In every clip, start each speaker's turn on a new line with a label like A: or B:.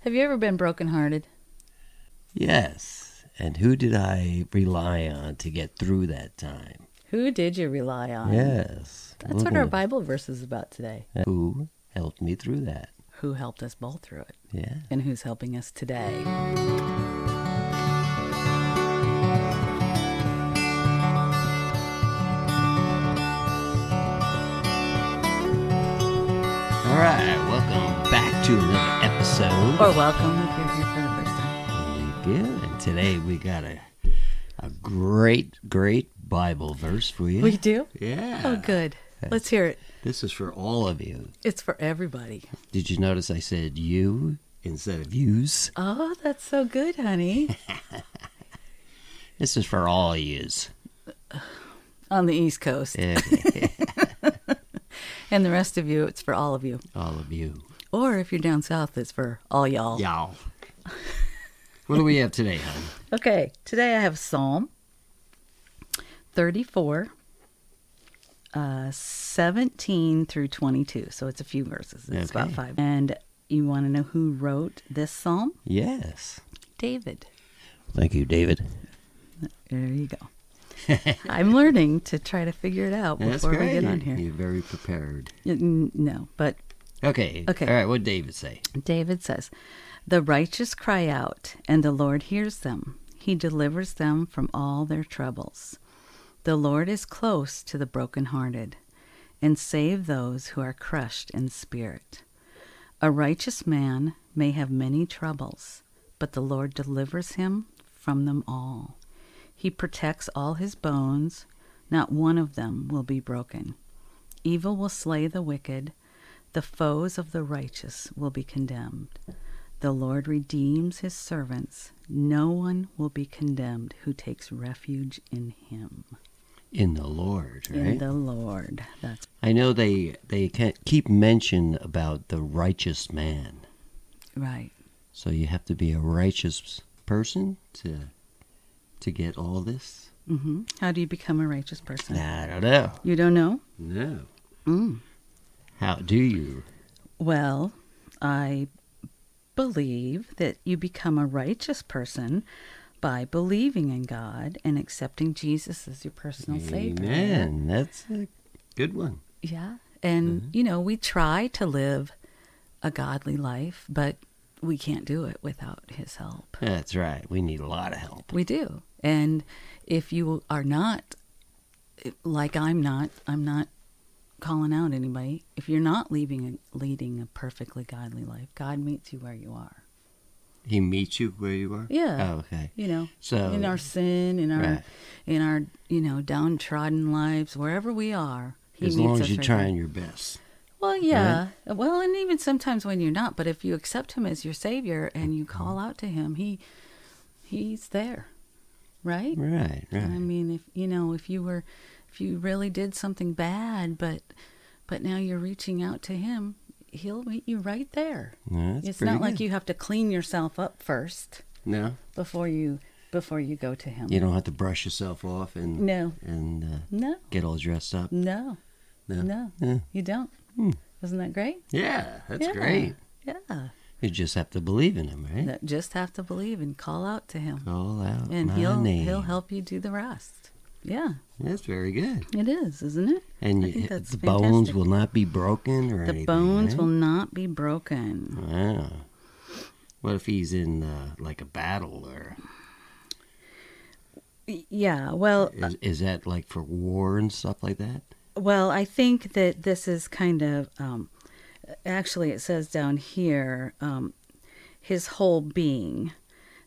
A: Have you ever been brokenhearted?
B: Yes. And who did I rely on to get through that time?
A: Who did you rely on?
B: Yes.
A: Uh, That's what our Bible verse is about today.
B: Who helped me through that?
A: Who helped us both through it
B: Yeah.
A: and who's helping us today?
B: All right. Welcome back to another episode.
A: Or welcome if you're here for the first time.
B: Thank you. And today we got a a great, great Bible verse for you.
A: We do?
B: yeah.
A: Oh, good. Let's hear it.
B: This is for all of you.
A: It's for everybody.
B: Did you notice I said you instead of yous?
A: Oh, that's so good, honey.
B: This is for all yous.
A: On the East Coast.
B: Yeah,
A: And the rest of you, it's for all of you.
B: all of you.
A: Or if you're down south, it's for all y'all.
B: Y'all. What do we have today, hon?
A: Okay, today I have Psalm 34, uh, 17 through 22. So it's a few verses, it's about
B: Okay.
A: five. And you want to know who wrote this psalm?
B: Yes.
A: David.
B: Thank you, David.
A: There you go. I'm learning to try to figure it out
B: That's
A: before we
B: great.
A: get on here.
B: You're very prepared.
A: N- No, but
B: Okay.
A: Okay.
B: All right. What did David say?
A: David says, The righteous cry out, and the Lord hears them. He delivers them from all their troubles. The Lord is close to the brokenhearted and save those who are crushed in spirit. A righteous man may have many troubles, but the Lord delivers him from them all. He protects all his bones, not one of them will be broken. Evil will slay the wicked, the foes of the righteous will be condemned. The Lord redeems his servants. No one will be condemned who takes refuge in him.
B: In the Lord, right?
A: In the Lord. That's
B: I know they they can't keep mention about the righteous man.
A: right.
B: So you have to be a righteous person to to get all this.
A: hmm How do you become a righteous person?
B: I don't know.
A: You don't know?
B: No. Mm. How do you?
A: Well, I believe that you become a righteous person by believing in God and accepting Jesus as your personal savior.
B: Amen. That's a good one.
A: Yeah.
B: Mm-hmm.
A: And, you know, we try to live a godly life, but we can't do it without his help.
B: That's right. We need a lot of help.
A: We do. And if you are not, like I'm not, I'm not calling out anybody. If you're not leaving, leading a perfectly godly life, God meets you where you are.
B: He meets you where you are.
A: Yeah.
B: Oh, okay.
A: You know,
B: So-
A: in our sin, in our,
B: Right.
A: in our, you know, downtrodden lives, wherever we are, he
B: as
A: meets
B: long
A: us
B: as you're
A: right there.
B: trying your best.
A: Well, yeah. Well, and even sometimes when you're not, but if you accept him as your savior and
B: Mm-hmm.
A: you call out to him, he he's there. Right?
B: Right. Right.
A: I mean, if you know, if you were if you really did something bad, but but now you're reaching out to him, he'll meet you right there.
B: Yeah, that's
A: it's
B: pretty
A: not like
B: good.
A: you have to clean yourself up first
B: No,
A: before you before you go to him.
B: you don't have to brush yourself off and
A: No.
B: and uh,
A: No.
B: get all dressed up.
A: No.
B: No.
A: No.
B: Yeah.
A: You don't. Isn't that great?
B: Yeah, that's
A: Yeah.
B: great.
A: Yeah.
B: You just have to believe in him, right?
A: that just have to believe and call out to him
B: Call out
A: and
B: my
A: he'll
B: name.
A: he'll help you do the rest yeah
B: That's very good.
A: it is isn't it
B: And
A: I
B: you,
A: think that's
B: the bones
A: fantastic.
B: will not be broken or
A: the
B: anything.
A: bones
B: right?
A: will not be broken
B: Wow. What if he's in uh, like a battle or
A: Y- yeah well
B: is, is that like for war and stuff like that?
A: well i think that this is kind of um actually it says down here um his whole being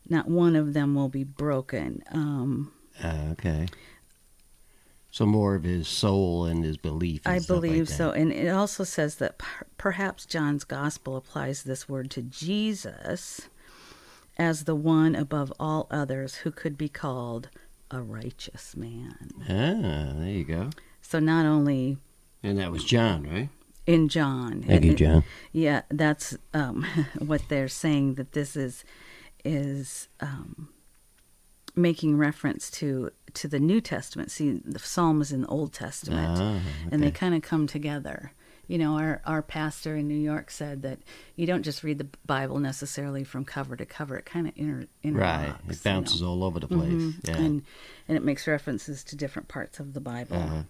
A: not one of them will be broken um
B: Uh, okay. So more of his soul and his belief. and
A: I
B: stuff like
A: believe
B: that.
A: so. And it also says that per- perhaps John's gospel applies this word to Jesus as the one above all others who could be called a righteous man.
B: Ah, there you go.
A: So not only
B: And that was John, right?
A: in John.
B: Thank you,
A: it-
B: John.
A: Yeah, that's um, what they're saying that this is is um, making reference to to the New Testament. See, the Psalm is in the Old Testament,
B: Ah,
A: and they
B: okay.
A: kind of come together. You know, our, our pastor in New York said that you don't just read the Bible necessarily from cover to cover. It kind of inter,
B: Right.
A: interlocks.
B: It bounces all over the place. Yeah.
A: Mm-hmm. and, and it makes references to different parts of the Bible.
B: Mm-hmm.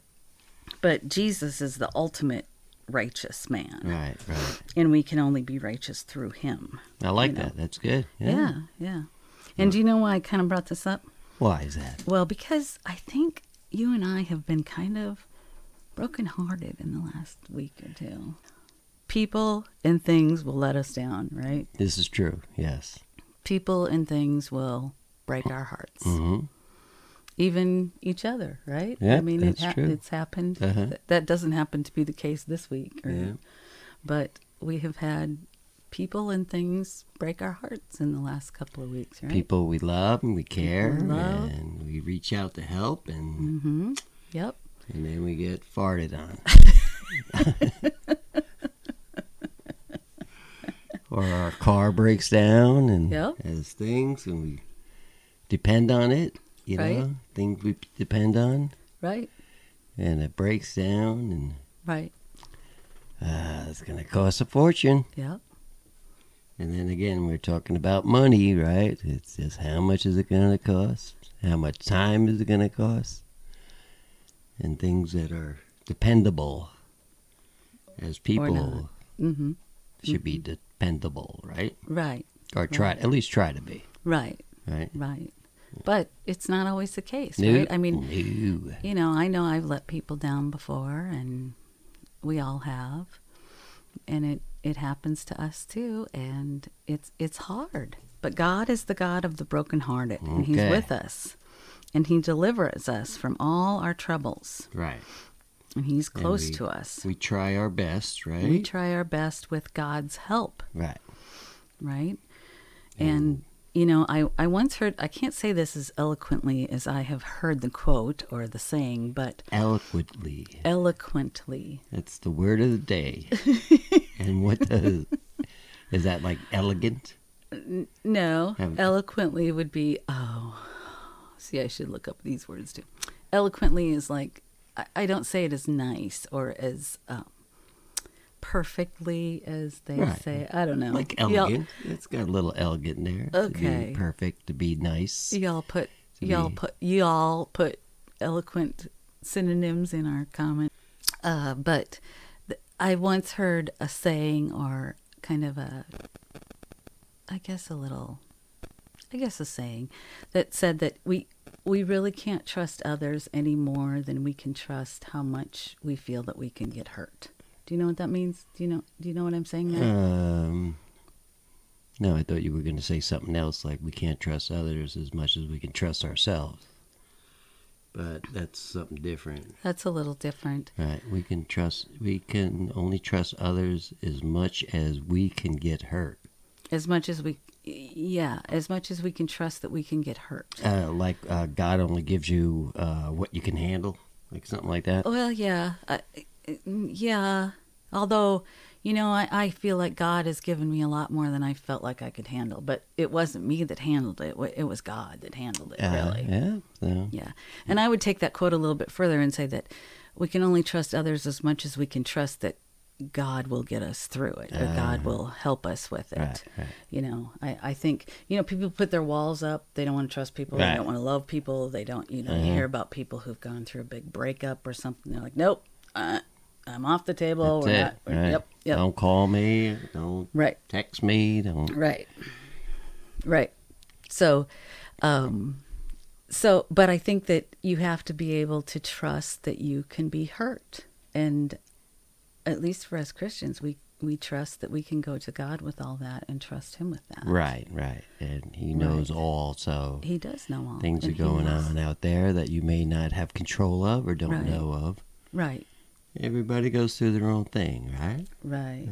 A: But Jesus is the ultimate righteous man,
B: right, right.
A: and we can only be righteous through him.
B: I like
A: know.
B: that. That's good.
A: Yeah, yeah.
B: Mm.
A: And do you know why I kind of brought this up?
B: Why is that?
A: Well, because I think you and I have been kind of brokenhearted in the last week or two. People and things will let us down, right?
B: This is true. Yes.
A: People and things will break our hearts.
B: Mhm.
A: Even each other, right?
B: Yeah,
A: I mean,
B: that's
A: it hap-
B: true.
A: it's happened.
B: Uh-huh.
A: Th- that doesn't happen to be the case this week. Or,
B: Yeah.
A: But we have had people and things break our hearts in the last couple of weeks, right?
B: People we love and we care
A: we love.
B: and we reach out to help and
A: hmm Yep.
B: and then we get farted on. or our car breaks down and
A: Yep.
B: has things and we depend on it, you
A: Right.
B: know, things we depend on
A: Right.
B: and it breaks down and
A: Right.
B: uh, it's going to cost a fortune.
A: Yep.
B: And then again, we're talking about money, right? It's just how much is it going to cost? How much time is it going to cost? And things that are dependable as people
A: Mm-hmm.
B: should be dependable, right?
A: Right,
B: Or try, at least try to be,
A: right,
B: right?
A: right. But it's not always the case,
B: No,
A: right? I mean,
B: no.
A: you know, I know I've let people down before, and we all have, and it it happens to us too, and it's it's hard. But God is the God of the brokenhearted, and He's
B: Okay.
A: with us, and He delivers us from all our troubles,
B: right.
A: and He's close
B: we-
A: to us.
B: We try our best, right?
A: We try our best with God's help.
B: right.
A: right? And you know, I I once heard I can't say this as eloquently as I have heard the quote or the saying, but
B: Eloquently.
A: eloquently.
B: That's the word of the day. and what does, is that like elegant?
A: No,
B: Have-
A: eloquently would be oh. See, I should look up these words too. Eloquently is like I, I don't say it as nice or as um, perfectly as they
B: Right.
A: say. I don't know.
B: like
A: Y'all-
B: elegant. It's got a little elegant in there. To
A: Okay.
B: be perfect, to be nice.
A: Y'all put
B: To
A: y'all
B: be-
A: put y'all put eloquent synonyms in our comment. Uh, but th- I once heard a saying or kind of a I guess a little I guess a saying that said that we we really can't trust others any more than we can trust how much we feel that we can get hurt. Do you know what that means? Do you know do you know what I'm saying there?
B: Um No, I thought you were gonna say something else like we can't trust others as much as we can trust ourselves. But that's something different.
A: That's a little different.
B: Right. We can trust we can only trust others as much as we can get hurt.
A: As much as we yeah, as much as we can trust that we can get hurt.
B: Uh, like uh, God only gives you uh, what you can handle, like something like that.
A: Well, yeah, I, yeah. Although, you know, I, I feel like God has given me a lot more than I felt like I could handle. But it wasn't me that handled it. It was God that handled it,
B: Uh,
A: really.
B: Yeah. So,
A: Yeah. And I would take that quote a little bit further and say that we can only trust others as much as we can trust that God will get us through it or God will help us with it.
B: Ah. Right, right.
A: You know, I, I think, you know, people put their walls up. They don't want to trust people. They
B: Right. Uh-huh.
A: don't want to love people. They don't, you know, you hear about people who've gone through a big breakup or something. They're like, nope, uh, I'm off the table.
B: That's
A: Oh, we're
B: it.
A: not, we're-
B: right.
A: Yep, yep.
B: Don't call me. Don't
A: Right.
B: text me. Don't.
A: Right. Right. So, um, so, but I think that you have to be able to trust that you can be hurt. And at least for us Christians, we, we trust that we can go to God with all that and trust Him with that.
B: Right, right. And he knows all, so
A: He does know all
B: things are
A: and he
B: going
A: knows.
B: on out there that you may not have control of or don't
A: Right.
B: know of.
A: Right.
B: Everybody goes through their own thing, right?
A: Right.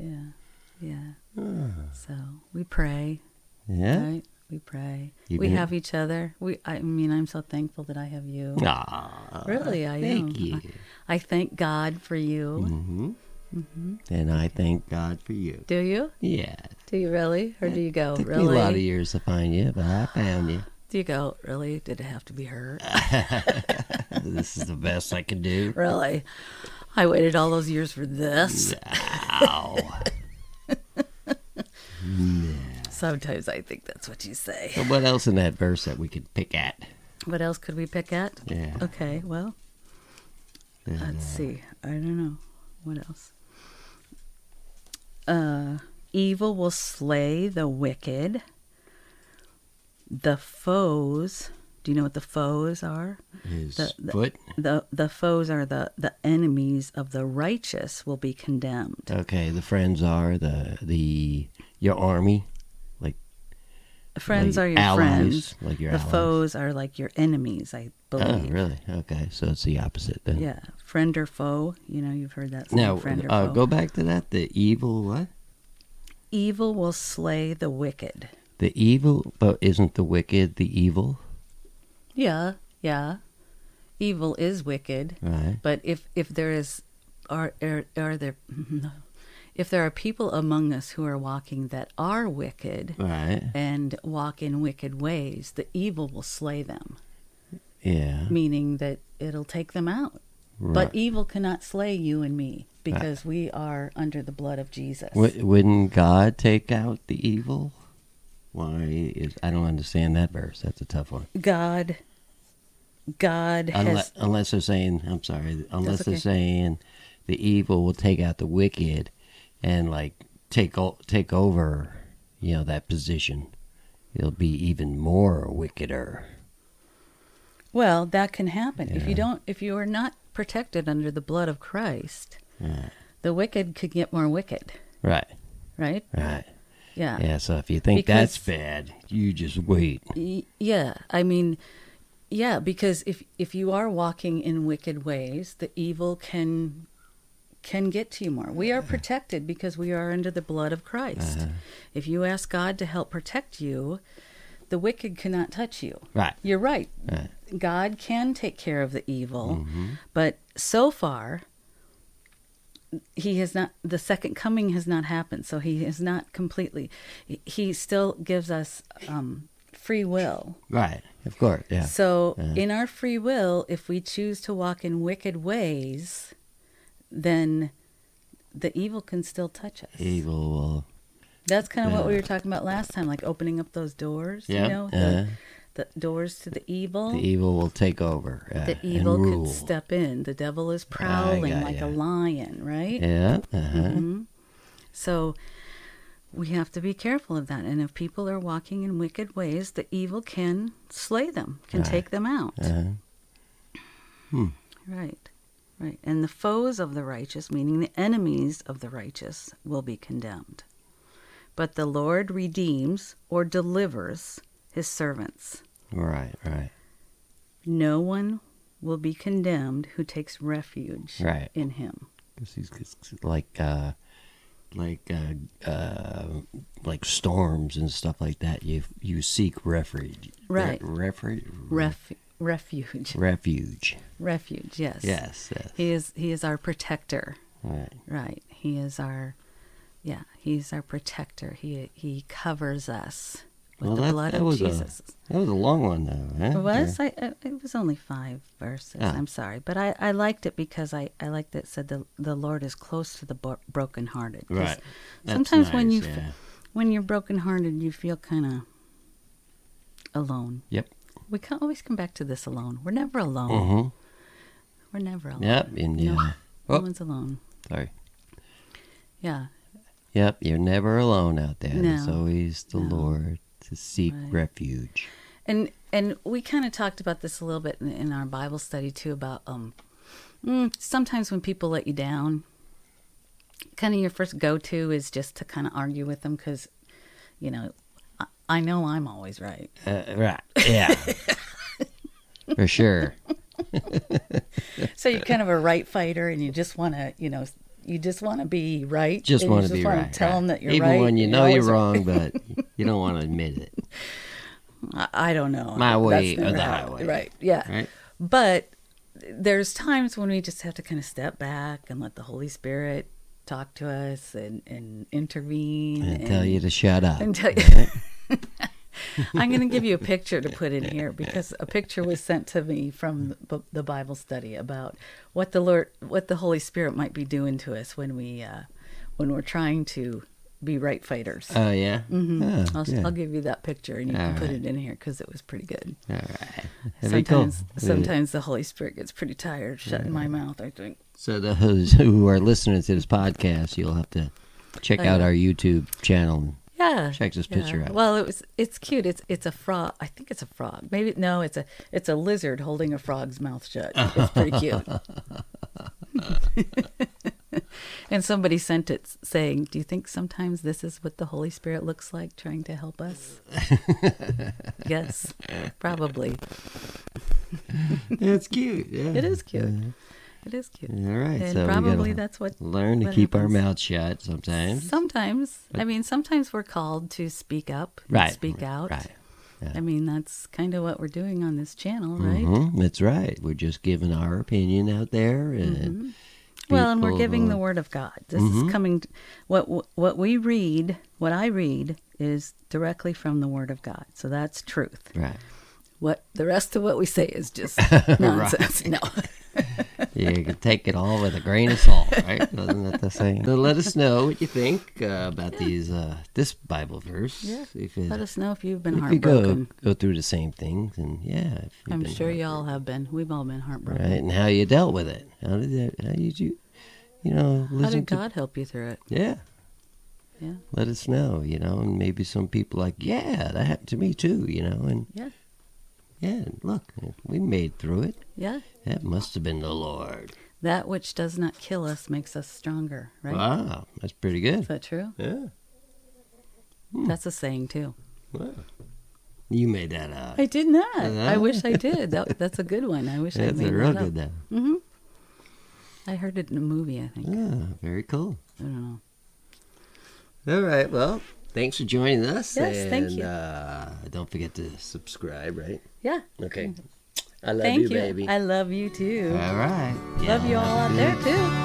A: Yeah. Yeah. So we pray.
B: Yeah.
A: Right. We pray.
B: You
A: we
B: do.
A: have each other. We. I mean, I'm so thankful that I have you.
B: Aw,
A: Really, I
B: thank
A: am. Mm-hmm.
B: you.
A: I thank God for you.
B: hmm
A: Mm-hmm.
B: And I thank God for you.
A: Do you?
B: Yeah.
A: Do you really? Or do you go,
B: Took
A: Oh, really?
B: me a lot of years to find you, but I found you.
A: Do you go, really? Did it have to be her?
B: this is the best I can do.
A: really? I waited all those years for this.
B: Ow.
A: Sometimes I think that's what you say.
B: But what else in that verse that we could pick at?
A: What else could we pick at?
B: Yeah.
A: Okay, well,
B: There's, uh,
A: let's see. I don't know. What else? Uh, evil will slay the wicked. The foes. Do you know what the foes are?
B: his
A: the- the-
B: foot.
A: The the foes are the the enemies of the righteous will be condemned.
B: Okay, the friends are the the your army, like
A: Friends
B: like
A: are your
B: allies,
A: friends.
B: like your
A: the
B: allies.
A: foes are like your enemies, I
B: Oh,
A: believe.
B: really? Okay, so it's the opposite then.
A: Yeah, friend or foe. You know, you've heard that. saying,
B: Now,
A: friend or
B: uh,
A: foe.
B: go back to that. The evil what?
A: Evil will slay the wicked.
B: The evil, but isn't the wicked the evil?
A: Yeah, yeah. Evil is wicked,
B: Right.
A: but if if there is are are, are there no. if there are people among us who are walking that are wicked
B: Right.
A: and walk in wicked ways, the evil will slay them,
B: Yeah.
A: meaning that it'll take them out.
B: right.
A: But e- evil cannot slay you and me because we are under the blood of Jesus.
B: Wou- wouldn't God take out the evil? Why is I don't understand that verse. That's a tough one.
A: God God has
B: Unless, unless they're saying, I'm sorry, unless
A: okay.
B: they're saying the evil will take out the wicked and like take o- take over, you know, that position. It'll be even more wickeder.
A: Well, that can happen. If you
B: Yeah.
A: don't if you are not protected under the blood of Christ,
B: Right.
A: the wicked could get more wicked,
B: Right.
A: right?
B: Right.
A: Yeah.
B: Yeah. So if you think that's
A: Because-
B: bad, you just wait.
A: Y- yeah. I mean, yeah, because if if you are walking in wicked ways, the evil can can get to you more. We are protected because we are under the blood of Christ. If you ask God to help protect you, the wicked cannot touch you.
B: Right.
A: You're right.
B: Right.
A: God can take care of the evil,
B: Mm-hmm.
A: but so far he has not the second coming has not happened, so he is not completely he still gives us um free will.
B: Right. Of course. Yeah.
A: So
B: Yeah.
A: in our free will, if we choose to walk in wicked ways, then the evil can still touch us.
B: Evil will.
A: That's kind of what we
B: Yeah.
A: were talking about last time, like opening up those doors,
B: Yeah.
A: you know,
B: Uh-huh.
A: the, the doors to the evil
B: The evil will take over. Yeah,
A: the evil
B: and rule.
A: could step in. The devil is prowling
B: got
A: like
B: ya.
A: a lion, right? Mm-hmm.
B: Yeah. Uh-huh.
A: So we have to be careful of that. And if people are walking in wicked ways, the evil can slay them, can
B: Right.
A: take them out.
B: Uh-huh.
A: Right. Right. And the foes of the righteous, meaning the enemies of the righteous, will be condemned. But the Lord redeems or delivers his servants.
B: Right. Right.
A: No one will be condemned who takes refuge
B: Right.
A: in him.
B: Because he's he's like, uh, like, uh, uh, like storms and stuff like that. You you seek refuge.
A: Right.
B: Re- refuge.
A: Ref- refuge.
B: refuge.
A: Refuge, yes.
B: Yes. yes.
A: He is he is our protector.
B: Right.
A: Right. He is our yeah, he's our protector. He he covers us with
B: Well,
A: the
B: that-
A: blood
B: that
A: of
B: was a-
A: Jesus.
B: That was a long one though. Huh?
A: It was I, I it was only five verses.
B: Ah.
A: I'm sorry, but I, I liked it because I, I liked that it said the the Lord is close to the bro- brokenhearted. 'Cause
B: Yeah. Right. That's
A: Sometimes when
B: nice,
A: you f-
B: yeah.
A: when you're brokenhearted, you feel kind of alone.
B: Yep.
A: We can always come back to this alone. We're never alone.
B: Mhm.
A: We're never alone.
B: Yep. And
A: No.
B: uh,
A: No
B: Oh.
A: one's alone.
B: sorry.
A: Yeah.
B: Yep. You're never alone out there. It's
A: No.
B: always the
A: No.
B: Lord to seek
A: Right.
B: refuge.
A: And and we kind of talked about this a little bit in, in our Bible study too about um mm, sometimes when people let you down, kind of your first go to is just to kind of argue with them because, you know, I, I know I'm always right.
B: Uh, right. Yeah. For sure.
A: So you're kind of a right fighter, and you just want to, you know, you just want to be right.
B: Just
A: and you
B: want to be
A: wanna
B: right.
A: Tell
B: right.
A: them that you're
B: Even
A: right.
B: when you know you're
A: always right.
B: wrong, but you don't want to admit it.
A: I, I don't know.
B: My way or
A: never
B: the
A: happened.
B: highway.
A: Right. Yeah.
B: Right?
A: But there's times when we just have to kind of step back and let the Holy Spirit talk to us and, and intervene
B: And tell you to shut up.
A: and tell you I'm going to give you a picture to put in here because a picture was sent to me from b- the Bible study about what the Lord, what the Holy Spirit might be doing to us when we, uh, when we're trying to be right fighters.
B: Oh yeah. Mm-hmm.
A: I'll, I'll give you that picture and you can put it in here because it was pretty good.
B: All right.
A: sometimes, sometimes the Holy Spirit gets pretty tired shutting my mouth. I think.
B: So those who are listening to this podcast, you'll have to check out our YouTube channel.
A: Yeah.
B: Check this
A: yeah.
B: picture out.
A: Well, it was it's cute. It's it's a frog. I think it's a frog. Maybe no, it's a it's a lizard holding a frog's mouth shut. It's pretty cute. and somebody sent it s- saying, "Do you think sometimes this is what the Holy Spirit looks like trying to help us?" yes, probably.
B: That's cute. Yeah.
A: It is cute. It is cute.
B: All Mm-hmm. right.
A: And
B: so
A: probably
B: we gotta
A: that's what
B: learn to
A: what
B: keep our
A: happens.
B: mouths shut sometimes.
A: Sometimes, I mean, sometimes we're called to speak up, and
B: right.
A: speak out.
B: Right.
A: I mean, that's kind of what we're doing on this channel, right?
B: Mhm, That's right. We're just giving our opinion out there, and
A: Mm-hmm. Well, and we're
B: people Mm-hmm.
A: giving the
B: will-
A: word of God. This is coming what what we read, what I read is directly from the word of God. So that's truth.
B: right.
A: What the rest of what we say is just nonsense. No.
B: you can take it all with a grain of salt, right? Isn't that the saying? So let us know what you think uh, about these uh, this Bible verse.
A: Yeah.
B: If it,
A: Let us know if you've been
B: if you go
A: heartbroken.
B: go through the same things, and yeah, if you've
A: I'm
B: been
A: sure y'all have been. We've all been heartbroken.
B: right, and how you dealt with it. How did that? How did you, you know,
A: How
B: listen
A: did
B: to?
A: God help you through it?
B: Yeah,
A: Yeah.
B: let us know. You know, and maybe some people like, yeah, that happened to me too. You know, and
A: Yeah.
B: yeah, look, we made through it.
A: Yeah.
B: That must have been the Lord.
A: That which does not kill us makes us stronger, right?
B: Wow, that's pretty good.
A: Is that true?
B: Yeah,
A: That's a saying too.
B: wow. You made that up.
A: I did not. I
B: Uh-huh.
A: wish I did. That, that's a good one. I wish I
B: That's
A: made
B: a real
A: that up. Mm-hmm.
B: good though.
A: I heard it in a movie, I think.
B: Yeah, very cool.
A: I don't know.
B: All right, well, thanks for joining us.
A: Yes, thank
B: and,
A: you.
B: Uh, don't forget to subscribe, right?
A: Yeah.
B: Okay. I love
A: Mm-hmm. Thank
B: you,
A: you.
B: baby. Uh,
A: I love you too.
B: All right.
A: Love you all out there too.